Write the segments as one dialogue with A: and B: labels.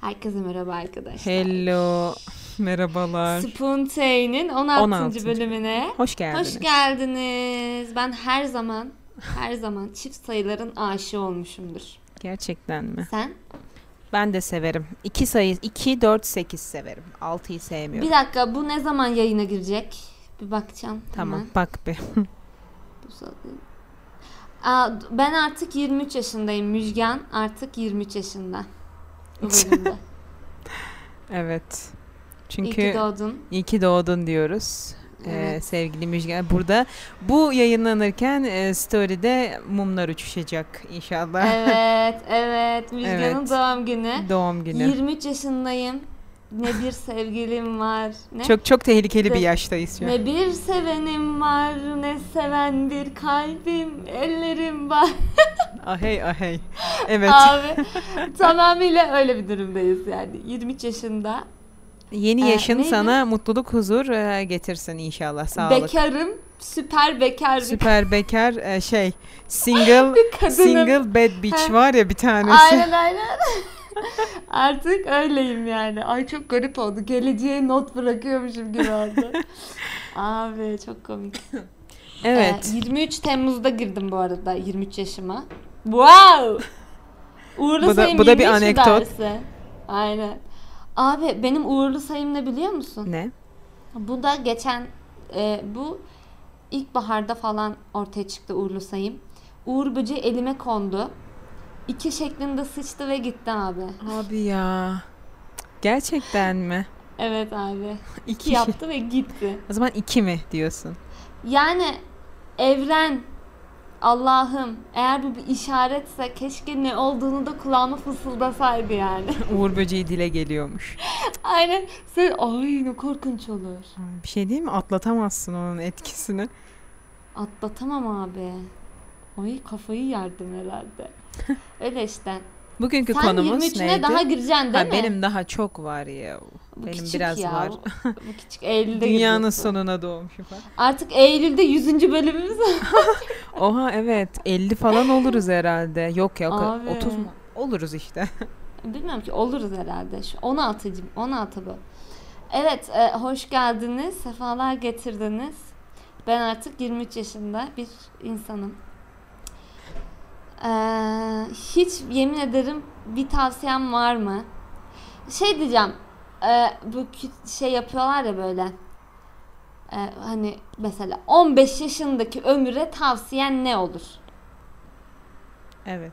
A: Herkese merhaba arkadaşlar.
B: Hello. Merhabalar.
A: Spoon Tay'nin 16.
B: 16.
A: bölümüne
B: Hoş geldiniz.
A: hoş geldiniz. Ben her zaman her zaman çift sayıların aşığı olmuşumdur.
B: Gerçekten mi?
A: Sen?
B: Ben de severim. 2 sayı 2 4 8 severim. 6'yı sevmiyorum.
A: Bir dakika bu ne zaman yayına girecek? Bir bakacağım.
B: Tamam
A: hemen.
B: bak bir.
A: Bu saat- Aa, d- ben artık 23 yaşındayım. Müjgan artık 23 yaşında. Bu bölümde.
B: Evet.
A: İyi
B: Çünkü
A: ki doğdun.
B: iyi ki doğdun diyoruz. Ee,
A: Evet.
B: sevgili Müjgan burada bu yayınlanırken e, story'de mumlar uçuşacak inşallah.
A: evet, evet. Müjgan'ın
B: Evet.
A: doğum günü.
B: Doğum günü.
A: 23 yaşındayım. Ne bir sevgilim var. Ne?
B: Çok çok tehlikeli
A: Ve-
B: bir yaştayız şu an.
A: Ne bir sevenim var, ne seven bir kalbim, ellerim var.
B: Ahey ahey. Evet.
A: Abi tamamıyla öyle bir durumdayız yani. 23 yaşında
B: Yeni
A: Ee,
B: yaşın
A: neydi?
B: sana mutluluk, huzur e, getirsin inşallah. Sağlık.
A: bekarım, süper bekar bir
B: Süper bekar e, şey single
A: kadınım.
B: single bad bitch
A: Ha.
B: var ya bir tanesi.
A: Aynen aynen. Artık öyleyim yani. Ay çok garip oldu. Geleceğe not bırakıyormuşum gibi oldu. Abi çok komik.
B: Evet.
A: Ee, 23 Temmuz'da girdim bu arada 23 yaşıma. Wow! Uğurlu
B: Bu da-
A: sayım
B: bu da bir
A: 23 mi
B: anekdot.
A: dersi? Aynen. Abi benim uğurlu sayım ne biliyor musun?
B: Ne?
A: Bu da geçen e, bu ilkbaharda falan ortaya çıktı uğurlu sayım. Uğur böceği elime kondu. İki şeklinde sıçtı ve gitti abi.
B: Abi ya. Gerçekten mi?
A: Evet abi.
B: İki.
A: İki yaptı ve gitti.
B: O zaman iki mi diyorsun?
A: Yani evren Allah'ım eğer bu bir işaretse keşke ne olduğunu da kulağıma fısıldasaydı yani.
B: Uğur böceği dile geliyormuş.
A: Aynen. Sen ay ne korkunç olur.
B: Bir şey değil mi? Atlatamazsın onun etkisini.
A: Atlatamam abi. Ay kafayı yerdim herhalde. Öyle işte.
B: Bugünkü
A: Sen
B: konumuz
A: 23'üne
B: neydi?
A: daha gireceksin değil
B: Ha,
A: mi?
B: Benim daha çok var ya.
A: Bu
B: benim
A: küçük
B: biraz
A: ya.
B: var.
A: Bu, bu küçük Eylül'de
B: Dünyanın
A: gireceksin.
B: sonuna doğmuşum falan.
A: Artık Eylül'de 100. bölümümüz var.
B: Oha evet 50 falan oluruz herhalde. Yok ya o kadar-
A: Abi.
B: 30 mu? Oluruz işte.
A: Bilmiyorum ki oluruz herhalde. Şu 16. 16 bu. Evet e, hoş geldiniz. Sefalar getirdiniz. Ben artık 23 yaşında bir insanım. Ee, hiç yemin ederim bir tavsiyem var mı? Şey diyeceğim. e, bu kü- şey yapıyorlar ya böyle. E, hani mesela 15 yaşındaki ömüre tavsiyen ne olur?
B: Evet.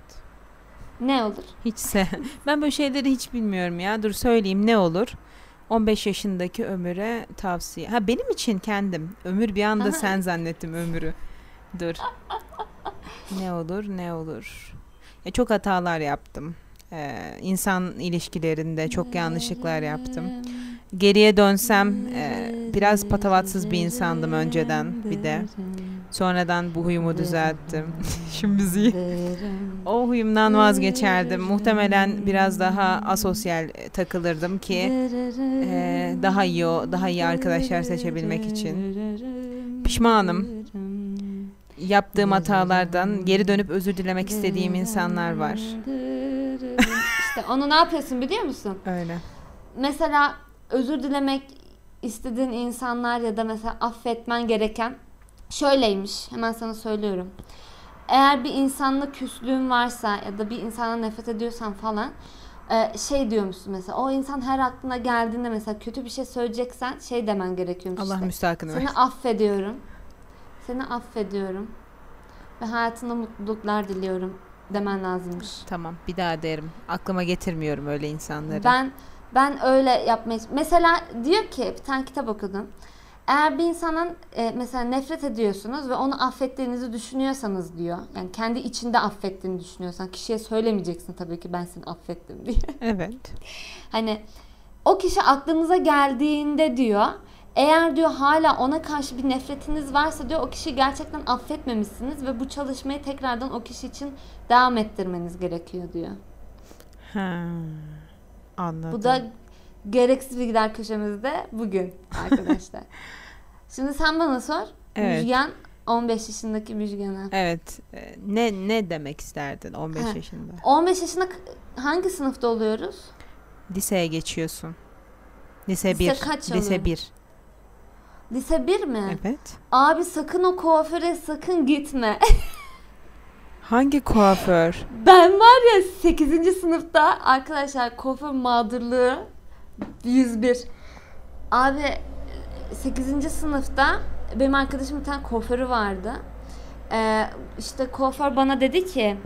A: Ne olur?
B: Hiç se ben böyle şeyleri hiç bilmiyorum ya. Dur söyleyeyim ne olur? 15 yaşındaki ömüre tavsiye. Ha benim için kendim. Ömür bir anda
A: Aha.
B: sen zannettim ömürü. Dur. ne olur ne olur. Ya çok hatalar yaptım. Ee, insan ilişkilerinde çok yanlışlıklar yaptım. Geriye dönsem e, biraz patavatsız bir insandım önceden bir de. Sonradan bu huyumu düzelttim. Şimdi müziği. O huyumdan vazgeçerdim. Muhtemelen biraz daha asosyal e, takılırdım ki e, daha iyi o, daha iyi arkadaşlar seçebilmek için. Pişmanım. Yaptığım hatalardan geri dönüp özür dilemek istediğim insanlar var.
A: işte onu ne yapıyorsun biliyor musun?
B: Öyle.
A: Mesela özür dilemek istediğin insanlar ya da mesela affetmen gereken şöyleymiş. Hemen sana söylüyorum. Eğer bir insanla küslüğün varsa ya da bir insana nefret ediyorsan falan e, şey diyor musun mesela o insan her aklına geldiğinde mesela kötü bir şey söyleyeceksen şey demen gerekiyormuş
B: Allah
A: işte.
B: müstahakını
A: Seni
B: versin.
A: affediyorum. Seni affediyorum. Ve hayatında mutluluklar diliyorum demen lazımmış.
B: Tamam bir daha derim. Aklıma getirmiyorum öyle insanları.
A: Ben ben öyle yapmaya mesela diyor ki bir tane kitap okudum. Eğer bir insanın e, mesela nefret ediyorsunuz ve onu affettiğinizi düşünüyorsanız diyor. Yani kendi içinde affettiğini düşünüyorsan kişiye söylemeyeceksin tabii ki ben seni affettim diye.
B: Evet.
A: Hani o kişi aklınıza geldiğinde diyor eğer diyor hala ona karşı bir nefretiniz varsa diyor o kişi gerçekten affetmemişsiniz ve bu çalışmayı tekrardan o kişi için devam ettirmeniz gerekiyor diyor.
B: Ha. Anladım.
A: Bu da gereksiz bilgiler köşemizde bugün arkadaşlar. Şimdi sen bana sor.
B: Evet.
A: Müjgan 15 yaşındaki Müjgan'a.
B: Evet. e, Ne ne demek isterdin 15
A: Ha.
B: yaşında?
A: 15 yaşında k- hangi sınıfta oluyoruz?
B: Liseye geçiyorsun. Lise
A: Lise
B: 1.
A: kaç
B: Lise
A: oluyor?
B: 1.
A: Lise 1 mi?
B: Evet.
A: Abi sakın o kuaföre sakın gitme.
B: Hangi kuaför?
A: Ben var ya 8. sınıfta arkadaşlar kuaför mağdurluğu 101. Abi 8. sınıfta benim arkadaşım bir tane kuaförü vardı. Ee, işte kuaför bana dedi ki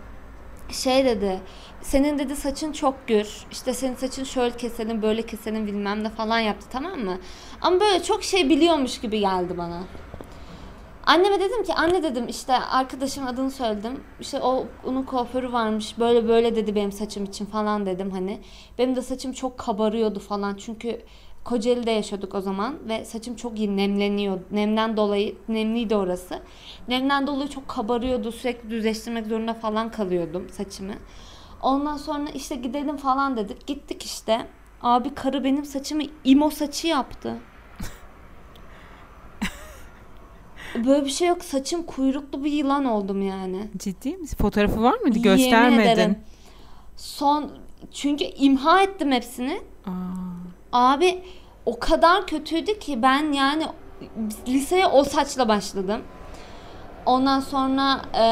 A: şey dedi senin dedi saçın çok gür işte senin saçın şöyle keselim böyle keselim bilmem ne falan yaptı tamam mı? Ama böyle çok şey biliyormuş gibi geldi bana. Anneme dedim ki anne dedim işte arkadaşım adını söyledim. İşte o onun kuaförü varmış böyle böyle dedi benim saçım için falan dedim hani. Benim de saçım çok kabarıyordu falan çünkü Kocaeli'de yaşıyorduk o zaman ve saçım çok iyi nemleniyor. Nemden dolayı nemliydi orası. Nemden dolayı çok kabarıyordu. Sürekli düzleştirmek zorunda falan kalıyordum saçımı. Ondan sonra işte gidelim falan dedik. Gittik işte. Abi karı benim saçımı imo saçı yaptı. Böyle bir şey yok. Saçım kuyruklu bir yılan oldum yani.
B: Ciddi misin? Fotoğrafı var mıydı?
A: Yemin
B: Göstermedin.
A: ederim. Son çünkü imha ettim hepsini.
B: Aa,
A: Abi o kadar kötüydü ki ben yani liseye o saçla başladım. Ondan sonra e,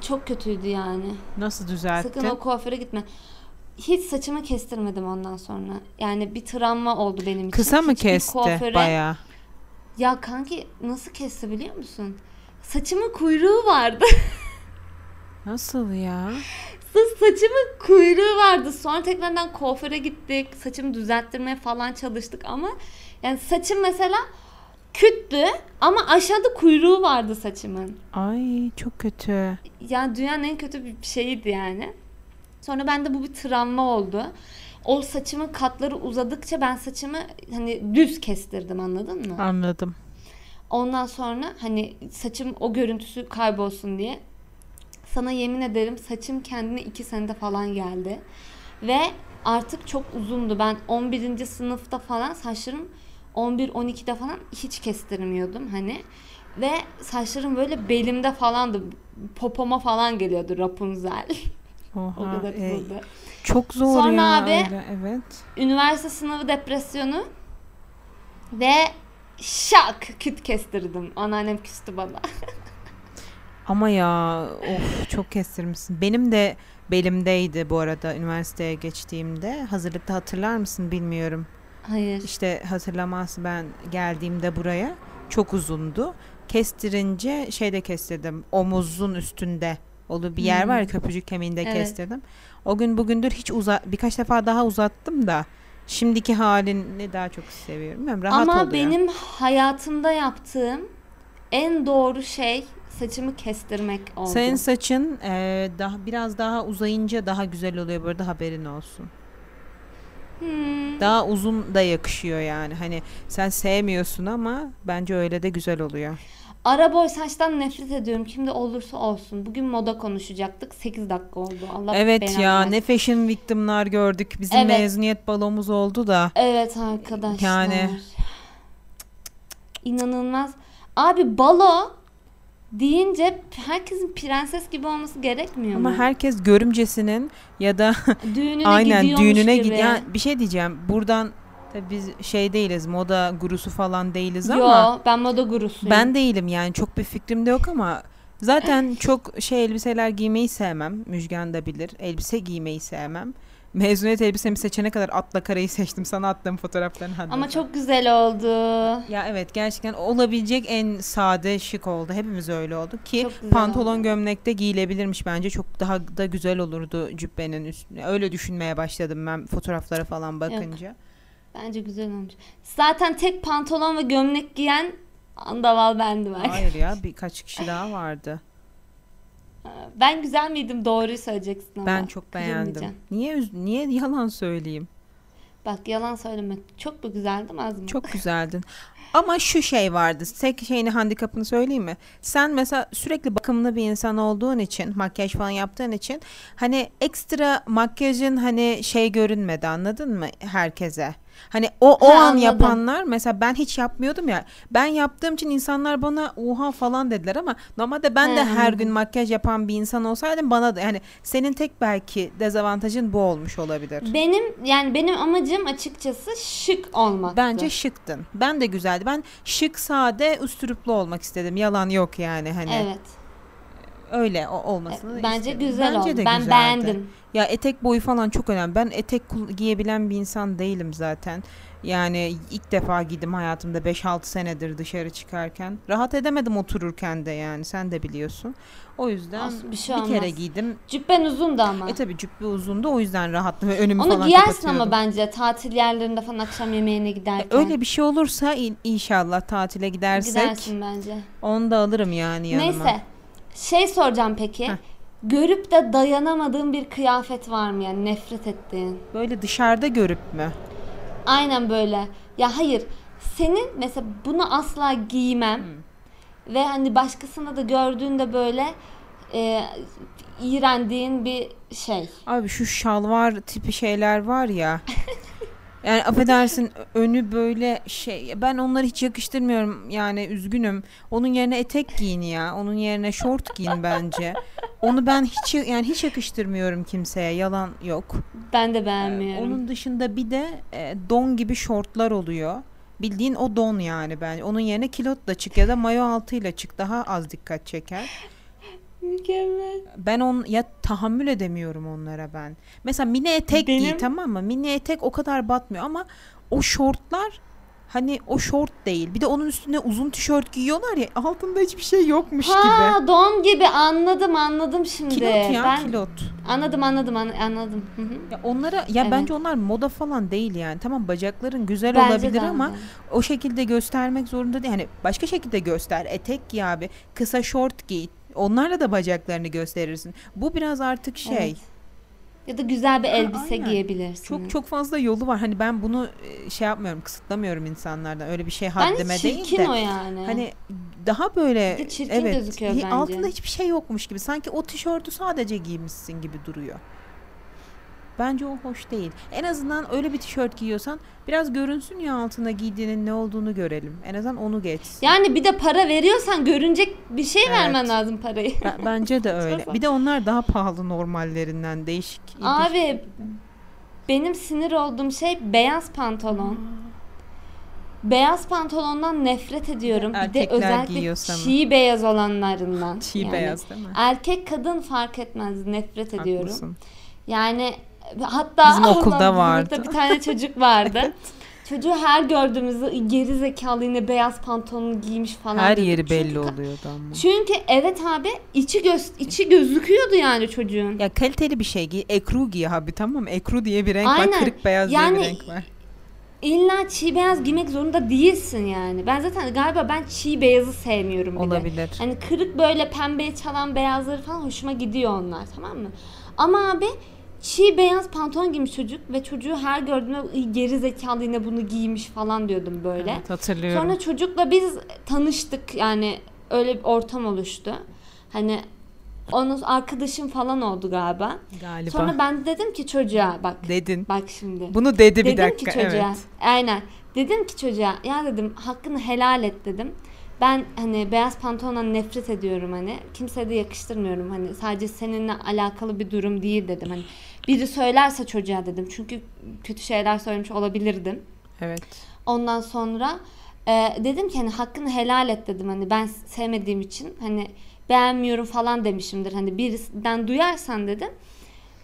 A: çok kötüydü yani.
B: nasıl
A: Sakın o
B: düzelttin?
A: kuaföre gitme. Hiç saçımı kestirmedim ondan sonra. Yani bir travma oldu benim için.
B: Kısa mı
A: Hiçbir
B: kesti?
A: kuaföre-
B: Bayağı.
A: Ya kanki nasıl kesti biliyor musun? Saçımın kuyruğu vardı.
B: Nasıl ya?
A: Sa- Saçımın kuyruğu vardı. Sonra tekrardan kuaföre gittik. Saçımı düzelttirmeye falan çalıştık ama yani saçım mesela küttü ama aşağıda kuyruğu vardı saçımın.
B: Ay çok kötü.
A: Yani dünyanın en kötü bir şeyiydi yani. Sonra bende bu bir travma oldu. O saçımın katları uzadıkça ben saçımı hani düz kestirdim anladın mı?
B: Anladım.
A: Ondan sonra hani saçım o görüntüsü kaybolsun diye. Sana yemin ederim saçım kendine 2 senede falan geldi. Ve artık çok uzundu. Ben 11. sınıfta falan saçlarım 11-12'de falan hiç kestirmiyordum hani. Ve saçlarım böyle belimde falandı. Popoma falan geliyordu Rapunzel. o
B: Oha.
A: kadar
B: e,
A: uzundu.
B: çok zor
A: Sonra
B: ya.
A: abi-
B: öyle, Evet.
A: Üniversite sınavı depresyonu ve şak küt kestirdim. Anneannem küstü bana.
B: Ama ya of çok kestirmişsin. Benim de belimdeydi bu arada üniversiteye geçtiğimde. Hazırlıkta hatırlar mısın bilmiyorum.
A: Hayır.
B: İşte hatırlamaz ben geldiğimde buraya çok uzundu. Kestirince şeyde kestirdim. Omuzun üstünde olduğu bir yer var ya köprücük kemiğinde
A: Hmm. Evet.
B: kestirdim. O gün bugündür hiç uza birkaç defa daha uzattım da şimdiki halini daha çok seviyorum. Bilmiyorum, Rahat
A: Ama
B: oluyor.
A: benim hayatımda yaptığım en doğru şey saçımı kestirmek oldu.
B: Senin saçın e, daha biraz daha uzayınca daha güzel oluyor böyle haberin olsun.
A: Hmm,
B: Daha uzun da yakışıyor yani. Hani sen sevmiyorsun ama bence öyle de güzel oluyor.
A: Ara boy saçtan nefret ediyorum. Kimde olursa olsun. Bugün moda konuşacaktık. 8 dakika oldu. Allah
B: evet
A: belanı
B: ya
A: versin.
B: ne fashion victim'lar gördük. Bizim
A: Evet.
B: mezuniyet balomuz oldu da.
A: Evet arkadaşlar.
B: Yani.
A: İnanılmaz. Abi balo deyince herkesin prenses gibi olması gerekmiyor
B: Ama
A: mu?
B: herkes görümcesinin ya da
A: düğününe
B: aynen
A: gidiyormuş
B: düğününe
A: gibi.
B: gid- Ya bir şey diyeceğim. Buradan tabii biz şey değiliz. Moda gurusu falan değiliz ama.
A: Yo Şey ben moda gurusuyum.
B: Ben değilim yani çok bir fikrim de yok ama zaten çok şey elbiseler giymeyi sevmem. Müjgan da bilir. Elbise giymeyi sevmem. Mezuniyet elbisemi seçene kadar atla karayı seçtim. Sana attığım fotoğrafların hatta.
A: Ama çok güzel oldu.
B: ya evet gerçekten olabilecek en sade şık oldu. Hepimiz öyle olduk ki
A: Çok güzel
B: pantolon
A: oldu.
B: gömlekte giyilebilirmiş bence. Çok daha da güzel olurdu cübbenin üstüne. Öyle düşünmeye başladım ben fotoğraflara falan bakınca.
A: Bence güzel olmuş. Zaten tek pantolon ve gömlek giyen andaval bendim. arkadaşlar.
B: Hayır ya birkaç kişi daha vardı.
A: Ee, Ben güzel miydim doğruyu söyleyeceksin ama.
B: Ben çok beğendim.
A: kırılmayacaksın.
B: Niye üz- niye yalan söyleyeyim?
A: Bak yalan söylemek çok mu güzeldim az mı?
B: Çok güzeldin. Ama şu şey vardı. Tek şeyini handikapını söyleyeyim mi? Sen mesela sürekli bakımlı bir insan olduğun için, makyaj falan yaptığın için hani ekstra makyajın hani şey görünmedi anladın mı herkese? Hani o o
A: Ha,
B: an
A: anladım.
B: yapanlar mesela ben hiç yapmıyordum ya. Ben yaptığım için insanlar bana oha falan dediler ama normalde ben de
A: He,
B: her gün makyaj yapan bir insan olsaydım bana da yani senin tek belki dezavantajın bu olmuş olabilir.
A: Benim yani benim amacım açıkçası şık olmak.
B: Bence şıktın. Ben de güzeldi. Ben şık, sade, üstürüplü olmak istedim. Yalan yok yani hani.
A: evet.
B: Öyle o- olmasını
A: Bence
B: istedim.
A: güzel
B: Bence
A: oldu.
B: de
A: Ben
B: güzeldi.
A: beğendim.
B: Ya etek boyu falan çok önemli. Ben etek kul- giyebilen bir insan değilim zaten. Yani ilk defa giydim hayatımda 5-6 senedir dışarı çıkarken. Rahat edemedim otururken de yani sen de biliyorsun. O yüzden
A: Olsun, bir şey
B: bir
A: olmaz.
B: kere giydim.
A: Cübben uzun da ama.
B: E tabi cübbe uzundu o yüzden rahattım. ve Önümü
A: Onu
B: falan
A: giyersin
B: kapatıyordum.
A: ama bence tatil yerlerinde falan akşam yemeğine giderken.
B: Öyle bir şey olursa in- inşallah tatile gidersek
A: Gidersin bence.
B: onu da alırım yani yanıma.
A: Neyse. Şey soracağım peki.
B: Heh.
A: Görüp de dayanamadığın bir kıyafet var mı yani nefret ettiğin?
B: Böyle dışarıda görüp mü?
A: Aynen böyle. Ya hayır. Senin mesela bunu asla giymem.
B: Hmm.
A: Ve hani başkasına da gördüğünde böyle e, iğrendiğin bir şey.
B: Abi şu şalvar tipi şeyler var ya. Yani affedersin önü böyle şey ben onları hiç yakıştırmıyorum yani üzgünüm. Onun yerine etek giyin ya. Onun yerine şort giyin bence. Onu ben hiç yani hiç yakıştırmıyorum kimseye. Yalan yok.
A: Ben de
B: Ee,
A: beğenmiyorum.
B: Onun dışında bir de e, don gibi şortlar oluyor. Bildiğin o don yani bence. Onun yerine kilotla çık ya da mayo altıyla çık daha az dikkat çeker.
A: Mükemmel.
B: Ben on ya tahammül edemiyorum onlara ben. Mesela mini etek giy
A: Benim-
B: tamam mı? Mini etek o kadar batmıyor ama o şortlar hani o şort değil. Bir de onun üstüne uzun tişört giyiyorlar ya altında hiçbir şey yokmuş gibi.
A: Ha don gibi anladım anladım şimdi.
B: Kilot ya
A: ben
B: kilot.
A: anladım anladım an- anladım. Hı hı.
B: Ya onlara ya
A: Evet.
B: bence onlar moda falan değil yani. Tamam bacakların güzel
A: Bence de
B: olabilir ama
A: anladım.
B: o şekilde göstermek zorunda değil. Hani başka şekilde göster. Etek giy abi. Kısa şort giy. Onlarla da bacaklarını gösterirsin. Bu biraz artık şey.
A: Evet. Ya da güzel bir
B: Ha,
A: elbise
B: aynen.
A: giyebilirsin.
B: Çok çok fazla yolu var. Hani ben bunu e, şey yapmıyorum, kısıtlamıyorum insanlardan. Öyle bir şey haddime
A: Bence
B: değil
A: çirkin
B: de.
A: o yani.
B: Hani daha böyle
A: Bir de çirkin
B: evet
A: gözüküyor
B: hi-
A: bence.
B: altında hiçbir şey yokmuş gibi. Sanki o tişörtü sadece giymişsin gibi duruyor. Bence o hoş değil. En azından öyle bir tişört giyiyorsan biraz görünsün ya altına giydiğinin ne olduğunu görelim. En azından onu geçsin.
A: Yani bir de para veriyorsan görünecek bir şey
B: Evet.
A: vermen lazım parayı.
B: Ben- bence de öyle.
A: Saçma.
B: Bir de onlar daha pahalı normallerinden değişik. ilginç.
A: Abi benim sinir olduğum şey beyaz pantolon.
B: Hmm.
A: Beyaz pantolondan nefret ediyorum. Bir de
B: Erkekler
A: özellikle
B: giyiyorsa mı?
A: çiğ beyaz olanlarından.
B: Çiğ
A: Yani
B: beyaz değil mi?
A: Erkek kadın fark etmez nefret ediyorum.
B: Haklısın.
A: Yani hatta
B: Bizim okulda
A: bizim
B: vardı.
A: sınıfta bir tane çocuk vardı. Çocuğu her gördüğümüzde geri zekalı yine beyaz pantolonu giymiş falan.
B: Her
A: diyorduk.
B: yeri belli
A: Çünkü-
B: oluyordu ama.
A: Çünkü evet abi içi göz içi gözüküyordu yani çocuğun.
B: Ya kaliteli bir şey giy. Ekru giy abi tamam mı? Ekru diye bir renk var.
A: Aynen.
B: Kırık beyaz
A: Yani-
B: diye bir renk var.
A: İlla çiğ beyaz giymek zorunda değilsin yani. Ben zaten galiba ben çiğ beyazı sevmiyorum bile.
B: Olabilir.
A: Hani kırık böyle pembeye çalan beyazları falan hoşuma gidiyor onlar tamam mı? Ama abi çiğ beyaz pantolon giymiş çocuk ve çocuğu her gördüğümde "İy, geri zekalı yine bunu giymiş falan diyordum böyle.
B: Evet, hatırlıyorum.
A: Sonra çocukla biz tanıştık yani öyle bir ortam oluştu. Hani onun arkadaşım falan oldu galiba.
B: Galiba.
A: Sonra ben dedim ki çocuğa bak.
B: Dedin.
A: Bak şimdi.
B: Bunu dedi bir
A: dedim
B: dakika.
A: ki çocuğa.
B: Evet.
A: Aynen. Dedim ki çocuğa ya dedim hakkını helal et dedim. Ben hani beyaz pantolondan nefret ediyorum hani. Kimseye de yakıştırmıyorum hani. Sadece seninle alakalı bir durum değil dedim hani. Biri söylerse çocuğa dedim. Çünkü kötü şeyler söylemiş olabilirdim.
B: Evet.
A: Ondan sonra e, dedim ki hani hakkını helal et dedim hani ben sevmediğim için hani beğenmiyorum falan demişimdir hani birisinden duyarsan dedim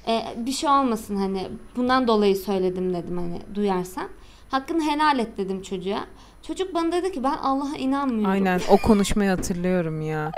A: e, bir şey olmasın hani bundan dolayı söyledim dedim hani duyarsan hakkını helal et dedim çocuğa. Çocuk bana dedi ki ben Allah'a inanmıyorum.
B: Aynen o konuşmayı hatırlıyorum ya.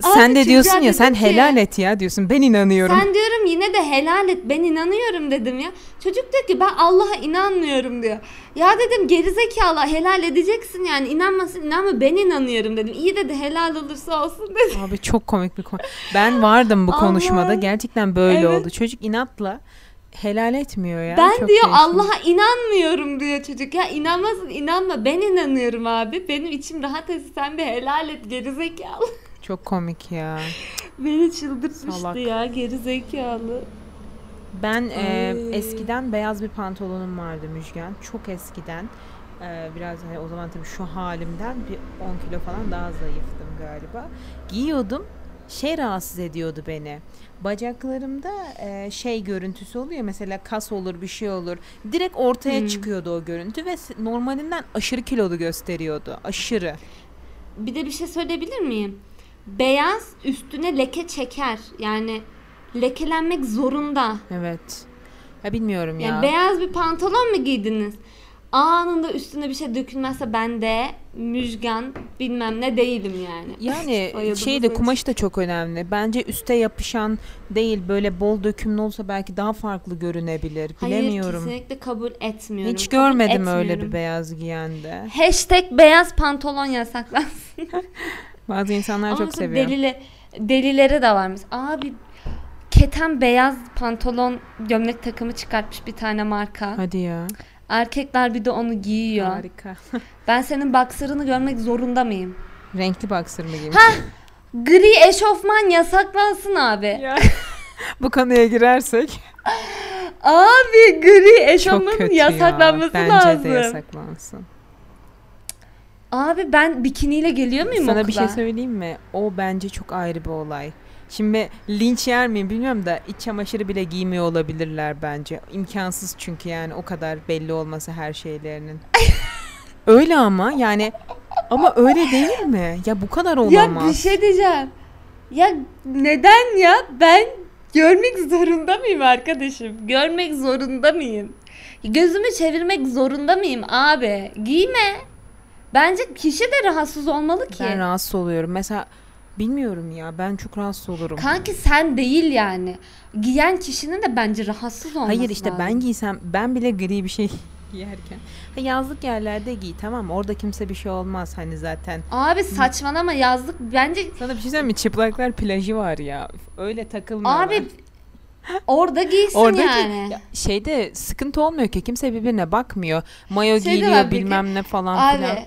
B: sen de
A: çocuğa
B: diyorsun ya
A: dedim
B: sen
A: ki-
B: helal et ya diyorsun. Ben inanıyorum.
A: Sen diyorum yine de helal et ben inanıyorum dedim ya. Çocuk diyor ki ben Allah'a inanmıyorum diyor. Ya dedim gerizekalı helal edeceksin yani inanmasın inanma ben inanıyorum dedim. İyi dedi helal olursa olsun dedi.
B: Abi çok komik bir konu. Ben vardım bu konuşmada.
A: Allah'ım.
B: Gerçekten böyle
A: Evet.
B: oldu. Çocuk inatla helal etmiyor ya.
A: ben
B: Çok
A: diyor
B: değişik.
A: Allah'a inanmıyorum diyor çocuk. Ya inanmazsın inanma ben inanıyorum abi. Benim içim rahat etsin sen bir helal et gerizekalı.
B: Çok komik ya.
A: Beni çıldırtmıştı
B: Salak.
A: ya gerizekalı.
B: Ben e,
A: Ay.
B: eskiden beyaz bir pantolonum vardı Müjgan. Çok eskiden. E, biraz hani o zaman tabii şu halimden bir 10 kilo falan daha zayıftım galiba. Giyiyordum. Şey rahatsız ediyordu beni. Bacaklarımda e, şey görüntüsü oluyor mesela kas olur bir şey olur. Direkt ortaya
A: Hmm.
B: çıkıyordu o görüntü ve s- normalinden aşırı kilolu gösteriyordu. Aşırı.
A: Bir de bir şey söyleyebilir miyim? Beyaz üstüne leke çeker. Yani lekelenmek zorunda.
B: Evet. Ya bilmiyorum ya.
A: Yani beyaz bir pantolon mu giydiniz? Anında üstüne bir şey dökülmezse ben de müjgan bilmem ne değilim yani.
B: Yani
A: Bayıldım
B: şey de
A: bu
B: kumaş da çok önemli. Bence üste yapışan değil böyle bol dökümlü olsa belki daha farklı görünebilir.
A: Hayır
B: Bilemiyorum.
A: kesinlikle kabul etmiyorum.
B: Hiç
A: Kabul
B: görmedim öyle
A: etmiyorum.
B: bir beyaz giyen de.
A: Hashtag beyaz pantolon yasaklansın.
B: Bazı insanlar
A: Ama
B: çok
A: mesela
B: seviyor.
A: delile- delilere de varmış. Abi keten beyaz pantolon gömlek takımı çıkartmış bir tane marka.
B: Hadi ya.
A: Erkekler bir de onu giyiyor.
B: Harika.
A: Ben senin baksırını görmek zorunda mıyım?
B: Renkli boxer mı giymiş?
A: Gri eşofman yasaklansın abi.
B: Ya. Bu konuya girersek
A: Abi gri
B: çok
A: eşofmanın
B: kötü
A: yasaklanması
B: ya. Bence
A: lazım.
B: de yasaklansın.
A: Abi ben bikiniyle geliyor muyum
B: Sana
A: okula?
B: bir şey söyleyeyim mi? O bence çok ayrı bir olay. Şimdi linç yer miyim bilmiyorum da iç çamaşırı bile giymiyor olabilirler bence. İmkansız çünkü yani o kadar belli olması her şeylerinin. öyle ama yani ama öyle değil mi? Ya bu kadar
A: Ya
B: olamaz.
A: bir şey diyeceğim. Ya neden ya? Ben görmek zorunda mıyım arkadaşım? Görmek zorunda mıyım? Gözümü çevirmek zorunda mıyım abi? Giyme. Bence kişi de rahatsız olmalı ki.
B: Ben rahatsız oluyorum. Mesela bilmiyorum ya ben çok rahatsız olurum.
A: Kanki sen değil yani. Giyen kişinin de bence rahatsız olması
B: Hayır işte
A: lazım.
B: ben giysem ben bile gri bir şey giyerken. Ha, yazlık yerlerde giy tamam mı? orada kimse bir şey olmaz hani zaten.
A: Abi saçmalama yazlık bence
B: Sana bir şey söyleyeyim mi? Çıplaklar plajı var ya. Öyle takılmıyorlar.
A: Abi orada giysin
B: Oradaki
A: yani.
B: ya şeyde sıkıntı olmuyor ki. Kimse birbirine bakmıyor. Mayo
A: Şey de var
B: giyiliyor
A: bir de-
B: bilmem ne falan filan.
A: Abi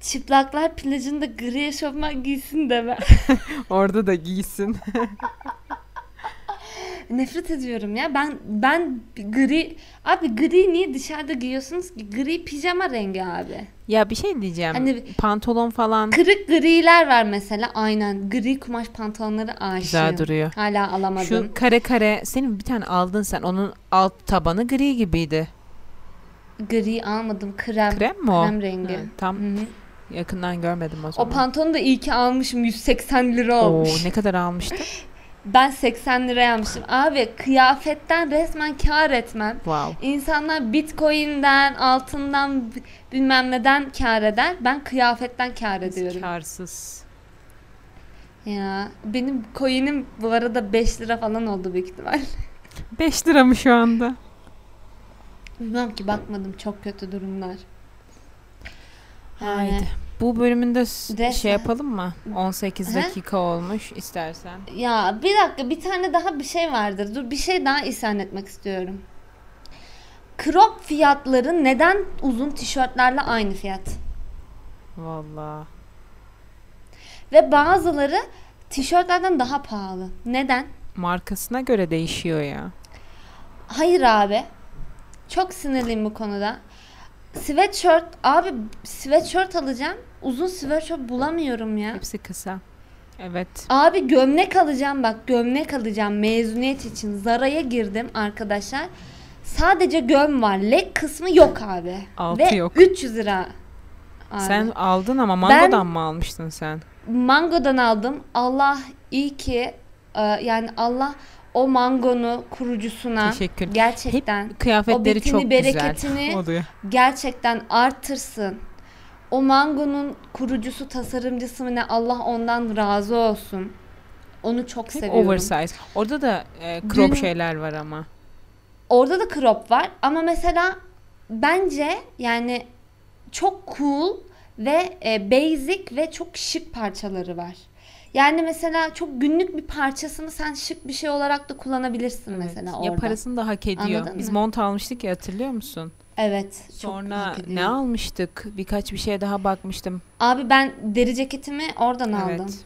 A: çıplaklar plajında gri eşofman giysin deme.
B: Orada da giysin.
A: Nefret ediyorum ya. Ben ben gri abi gri niye dışarıda giyiyorsunuz ki? Gri pijama rengi abi.
B: ya bir şey diyeceğim.
A: Hani-
B: Pantolon falan
A: Kırık griler var mesela. Aynen. Gri kumaş pantolonları aşığım.
B: güzel duruyor.
A: Hala alamadım.
B: Şu kare kare senin bir tane aldın sen. Onun alt tabanı gri gibiydi.
A: Gri almadım. Krem. Krem,
B: Krem mi o?
A: rengi.
B: Ha, tam
A: Hı hı.
B: yakından görmedim o
A: O
B: zaman.
A: pantolonu da iyi ki almışım. 180 lira
B: Oo,
A: olmuş.
B: ne kadar almıştı?
A: Ben 80 liraya almıştım. Abi kıyafetten resmen kar etmem.
B: Wow.
A: İnsanlar bitcoin'den, altından, b- bilmem neden kar eder. Ben kıyafetten kar ediyorum.
B: Karsız.
A: Ya benim coin'im bu arada 5 lira falan oldu büyük ihtimal.
B: 5 lira mı şu anda?
A: Bilmem ki bakmadım çok kötü durumlar. Yani-
B: Haydi. Bu bölümünde s-
A: Resmen-
B: şey yapalım mı? 18
A: Hı?
B: dakika olmuş istersen.
A: Ya bir dakika bir tane daha bir şey vardır. Dur bir şey daha isyan etmek istiyorum. Crop fiyatları neden uzun tişörtlerle aynı fiyat?
B: Vallahi.
A: Ve bazıları tişörtlerden daha pahalı. Neden?
B: Markasına göre değişiyor ya.
A: Hayır abi. Çok sinirliyim bu konuda. Sweatshirt abi sweatshirt alacağım. Uzun sweatshirt bulamıyorum ya.
B: Hepsi kısa. Evet.
A: Abi gömlek alacağım bak gömlek alacağım mezuniyet için. Zara'ya girdim arkadaşlar. Sadece göm var. Lek kısmı yok abi.
B: Altı
A: Ve
B: yok.
A: 300 lira. Abi.
B: Sen aldın ama mangodan mı almıştın sen?
A: mangodan aldım. Allah iyi ki e, yani Allah o mangonu kurucusuna
B: Teşekkür.
A: gerçekten
B: Kıyafetleri
A: o bitini,
B: çok güzel.
A: bereketini-
B: Oluyor.
A: gerçekten artırsın. O mangonun kurucusu tasarımcısı mı ne Allah ondan razı olsun. Onu çok
B: Hep
A: seviyorum.
B: oversize. Orada da e, crop
A: Dün-
B: şeyler var ama.
A: Orada da crop var ama mesela bence yani çok cool ve e, basic ve çok şık parçaları var. Yani mesela çok günlük bir parçasını sen şık bir şey olarak da kullanabilirsin mesela orada.
B: Ya parasını da hak ediyor.
A: Anladın
B: Biz
A: mı?
B: mont almıştık ya hatırlıyor musun?
A: Evet. çok
B: Sonra
A: hak ediyor.
B: ne almıştık? Birkaç bir şeye daha bakmıştım.
A: Abi ben deri ceketimi oradan aldım.
B: Evet.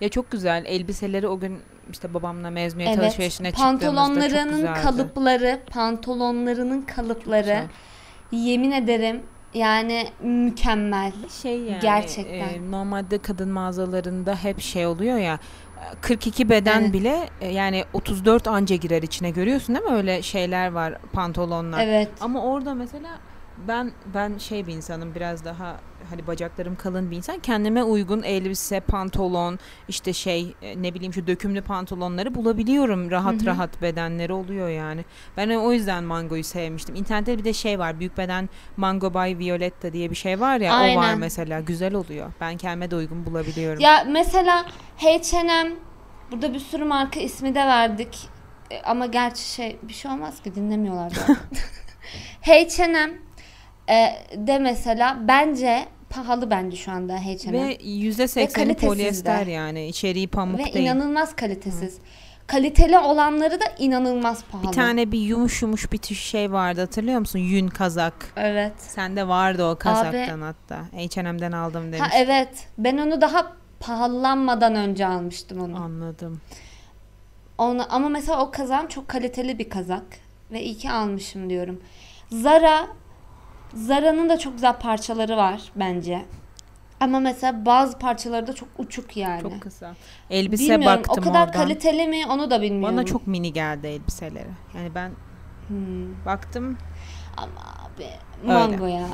B: Ya çok güzel. Elbiseleri o gün işte babamla mezuniyet
A: Evet.
B: alışverişine çıktığımızda çok
A: Pantolonlarının
B: güzeldi.
A: kalıpları, pantolonlarının kalıpları.
B: Güzel.
A: Yemin ederim yani mükemmel.
B: Şey yani
A: Gerçekten.
B: e, normalde kadın mağazalarında hep şey oluyor ya e, 42 beden
A: Evet.
B: bile e, yani 34 anca girer içine görüyorsun değil mi öyle şeyler var pantolonlar.
A: Evet.
B: Ama orada mesela ben ben şey bir insanım biraz daha hani bacaklarım kalın bir insan kendime uygun elbise, pantolon, işte şey e, ne bileyim şu dökümlü pantolonları bulabiliyorum. Rahat
A: Hı hı.
B: rahat bedenleri oluyor yani. Ben o yüzden mangoyu sevmiştim. İnternette bir de şey var. Büyük beden Mango by Violetta diye bir şey var ya o var
A: Aynen.
B: mesela. Güzel oluyor. Ben kendime de uygun bulabiliyorum.
A: Ya mesela H&M burada bir sürü marka ismi de verdik. E, ama gerçi şey bir şey olmaz ki dinlemiyorlar zaten. H&M e, de mesela bence pahalı bence şu anda H&M.
B: Ve %80'i
A: kalitesiz de.
B: polyester yani. içeriği pamuk
A: Ve
B: değil.
A: inanılmaz kalitesiz. Kaliteli olanları da inanılmaz pahalı.
B: Bir tane bir yumuş yumuş bir tür şey vardı hatırlıyor musun? Yün kazak.
A: Evet.
B: Sende vardı o kazaktan hatta. H&M'den aldım
A: Ha
B: demiş.
A: evet. Ben onu daha pahalanmadan önce almıştım onu.
B: Anladım.
A: Onu, ama mesela o kazağım çok kaliteli bir kazak. Ve iyi ki almışım diyorum. Zara, Zara'nın da çok güzel parçaları var bence. Ama mesela bazı parçaları da çok uçuk yani.
B: Çok kısa. Elbise
A: Bilmiyorum
B: baktım
A: o kadar
B: oradan.
A: kaliteli mi onu da bilmiyorum.
B: Bana çok mini geldi elbiseleri. Yani ben
A: Hmm.
B: baktım.
A: Ama abi mango ya.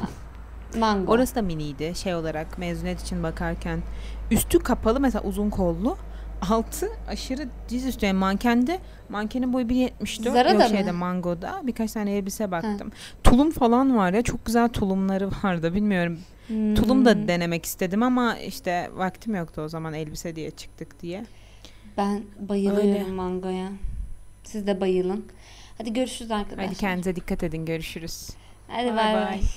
A: Mango.
B: Orası da miniydi. Şey olarak mezuniyet için bakarken. Üstü kapalı mesela uzun kollu. Altı aşırı diz üstü yani mankende. Mankenin boyu 1.74.
A: Zara'da
B: Yok şeyde
A: mı?
B: Mango'da. Birkaç tane elbise baktım. Tulum falan var ya. Çok güzel tulumları vardı. Bilmiyorum.
A: Hmm.
B: Tulum da denemek istedim ama işte vaktim yoktu o zaman elbise diye çıktık diye.
A: Ben bayılıyorum
B: Öyle.
A: mangoya. Siz de bayılın. Hadi görüşürüz arkadaşlar.
B: Hadi kendinize dikkat edin görüşürüz.
A: Hadi
B: Bye
A: bay
B: bye.
A: bay.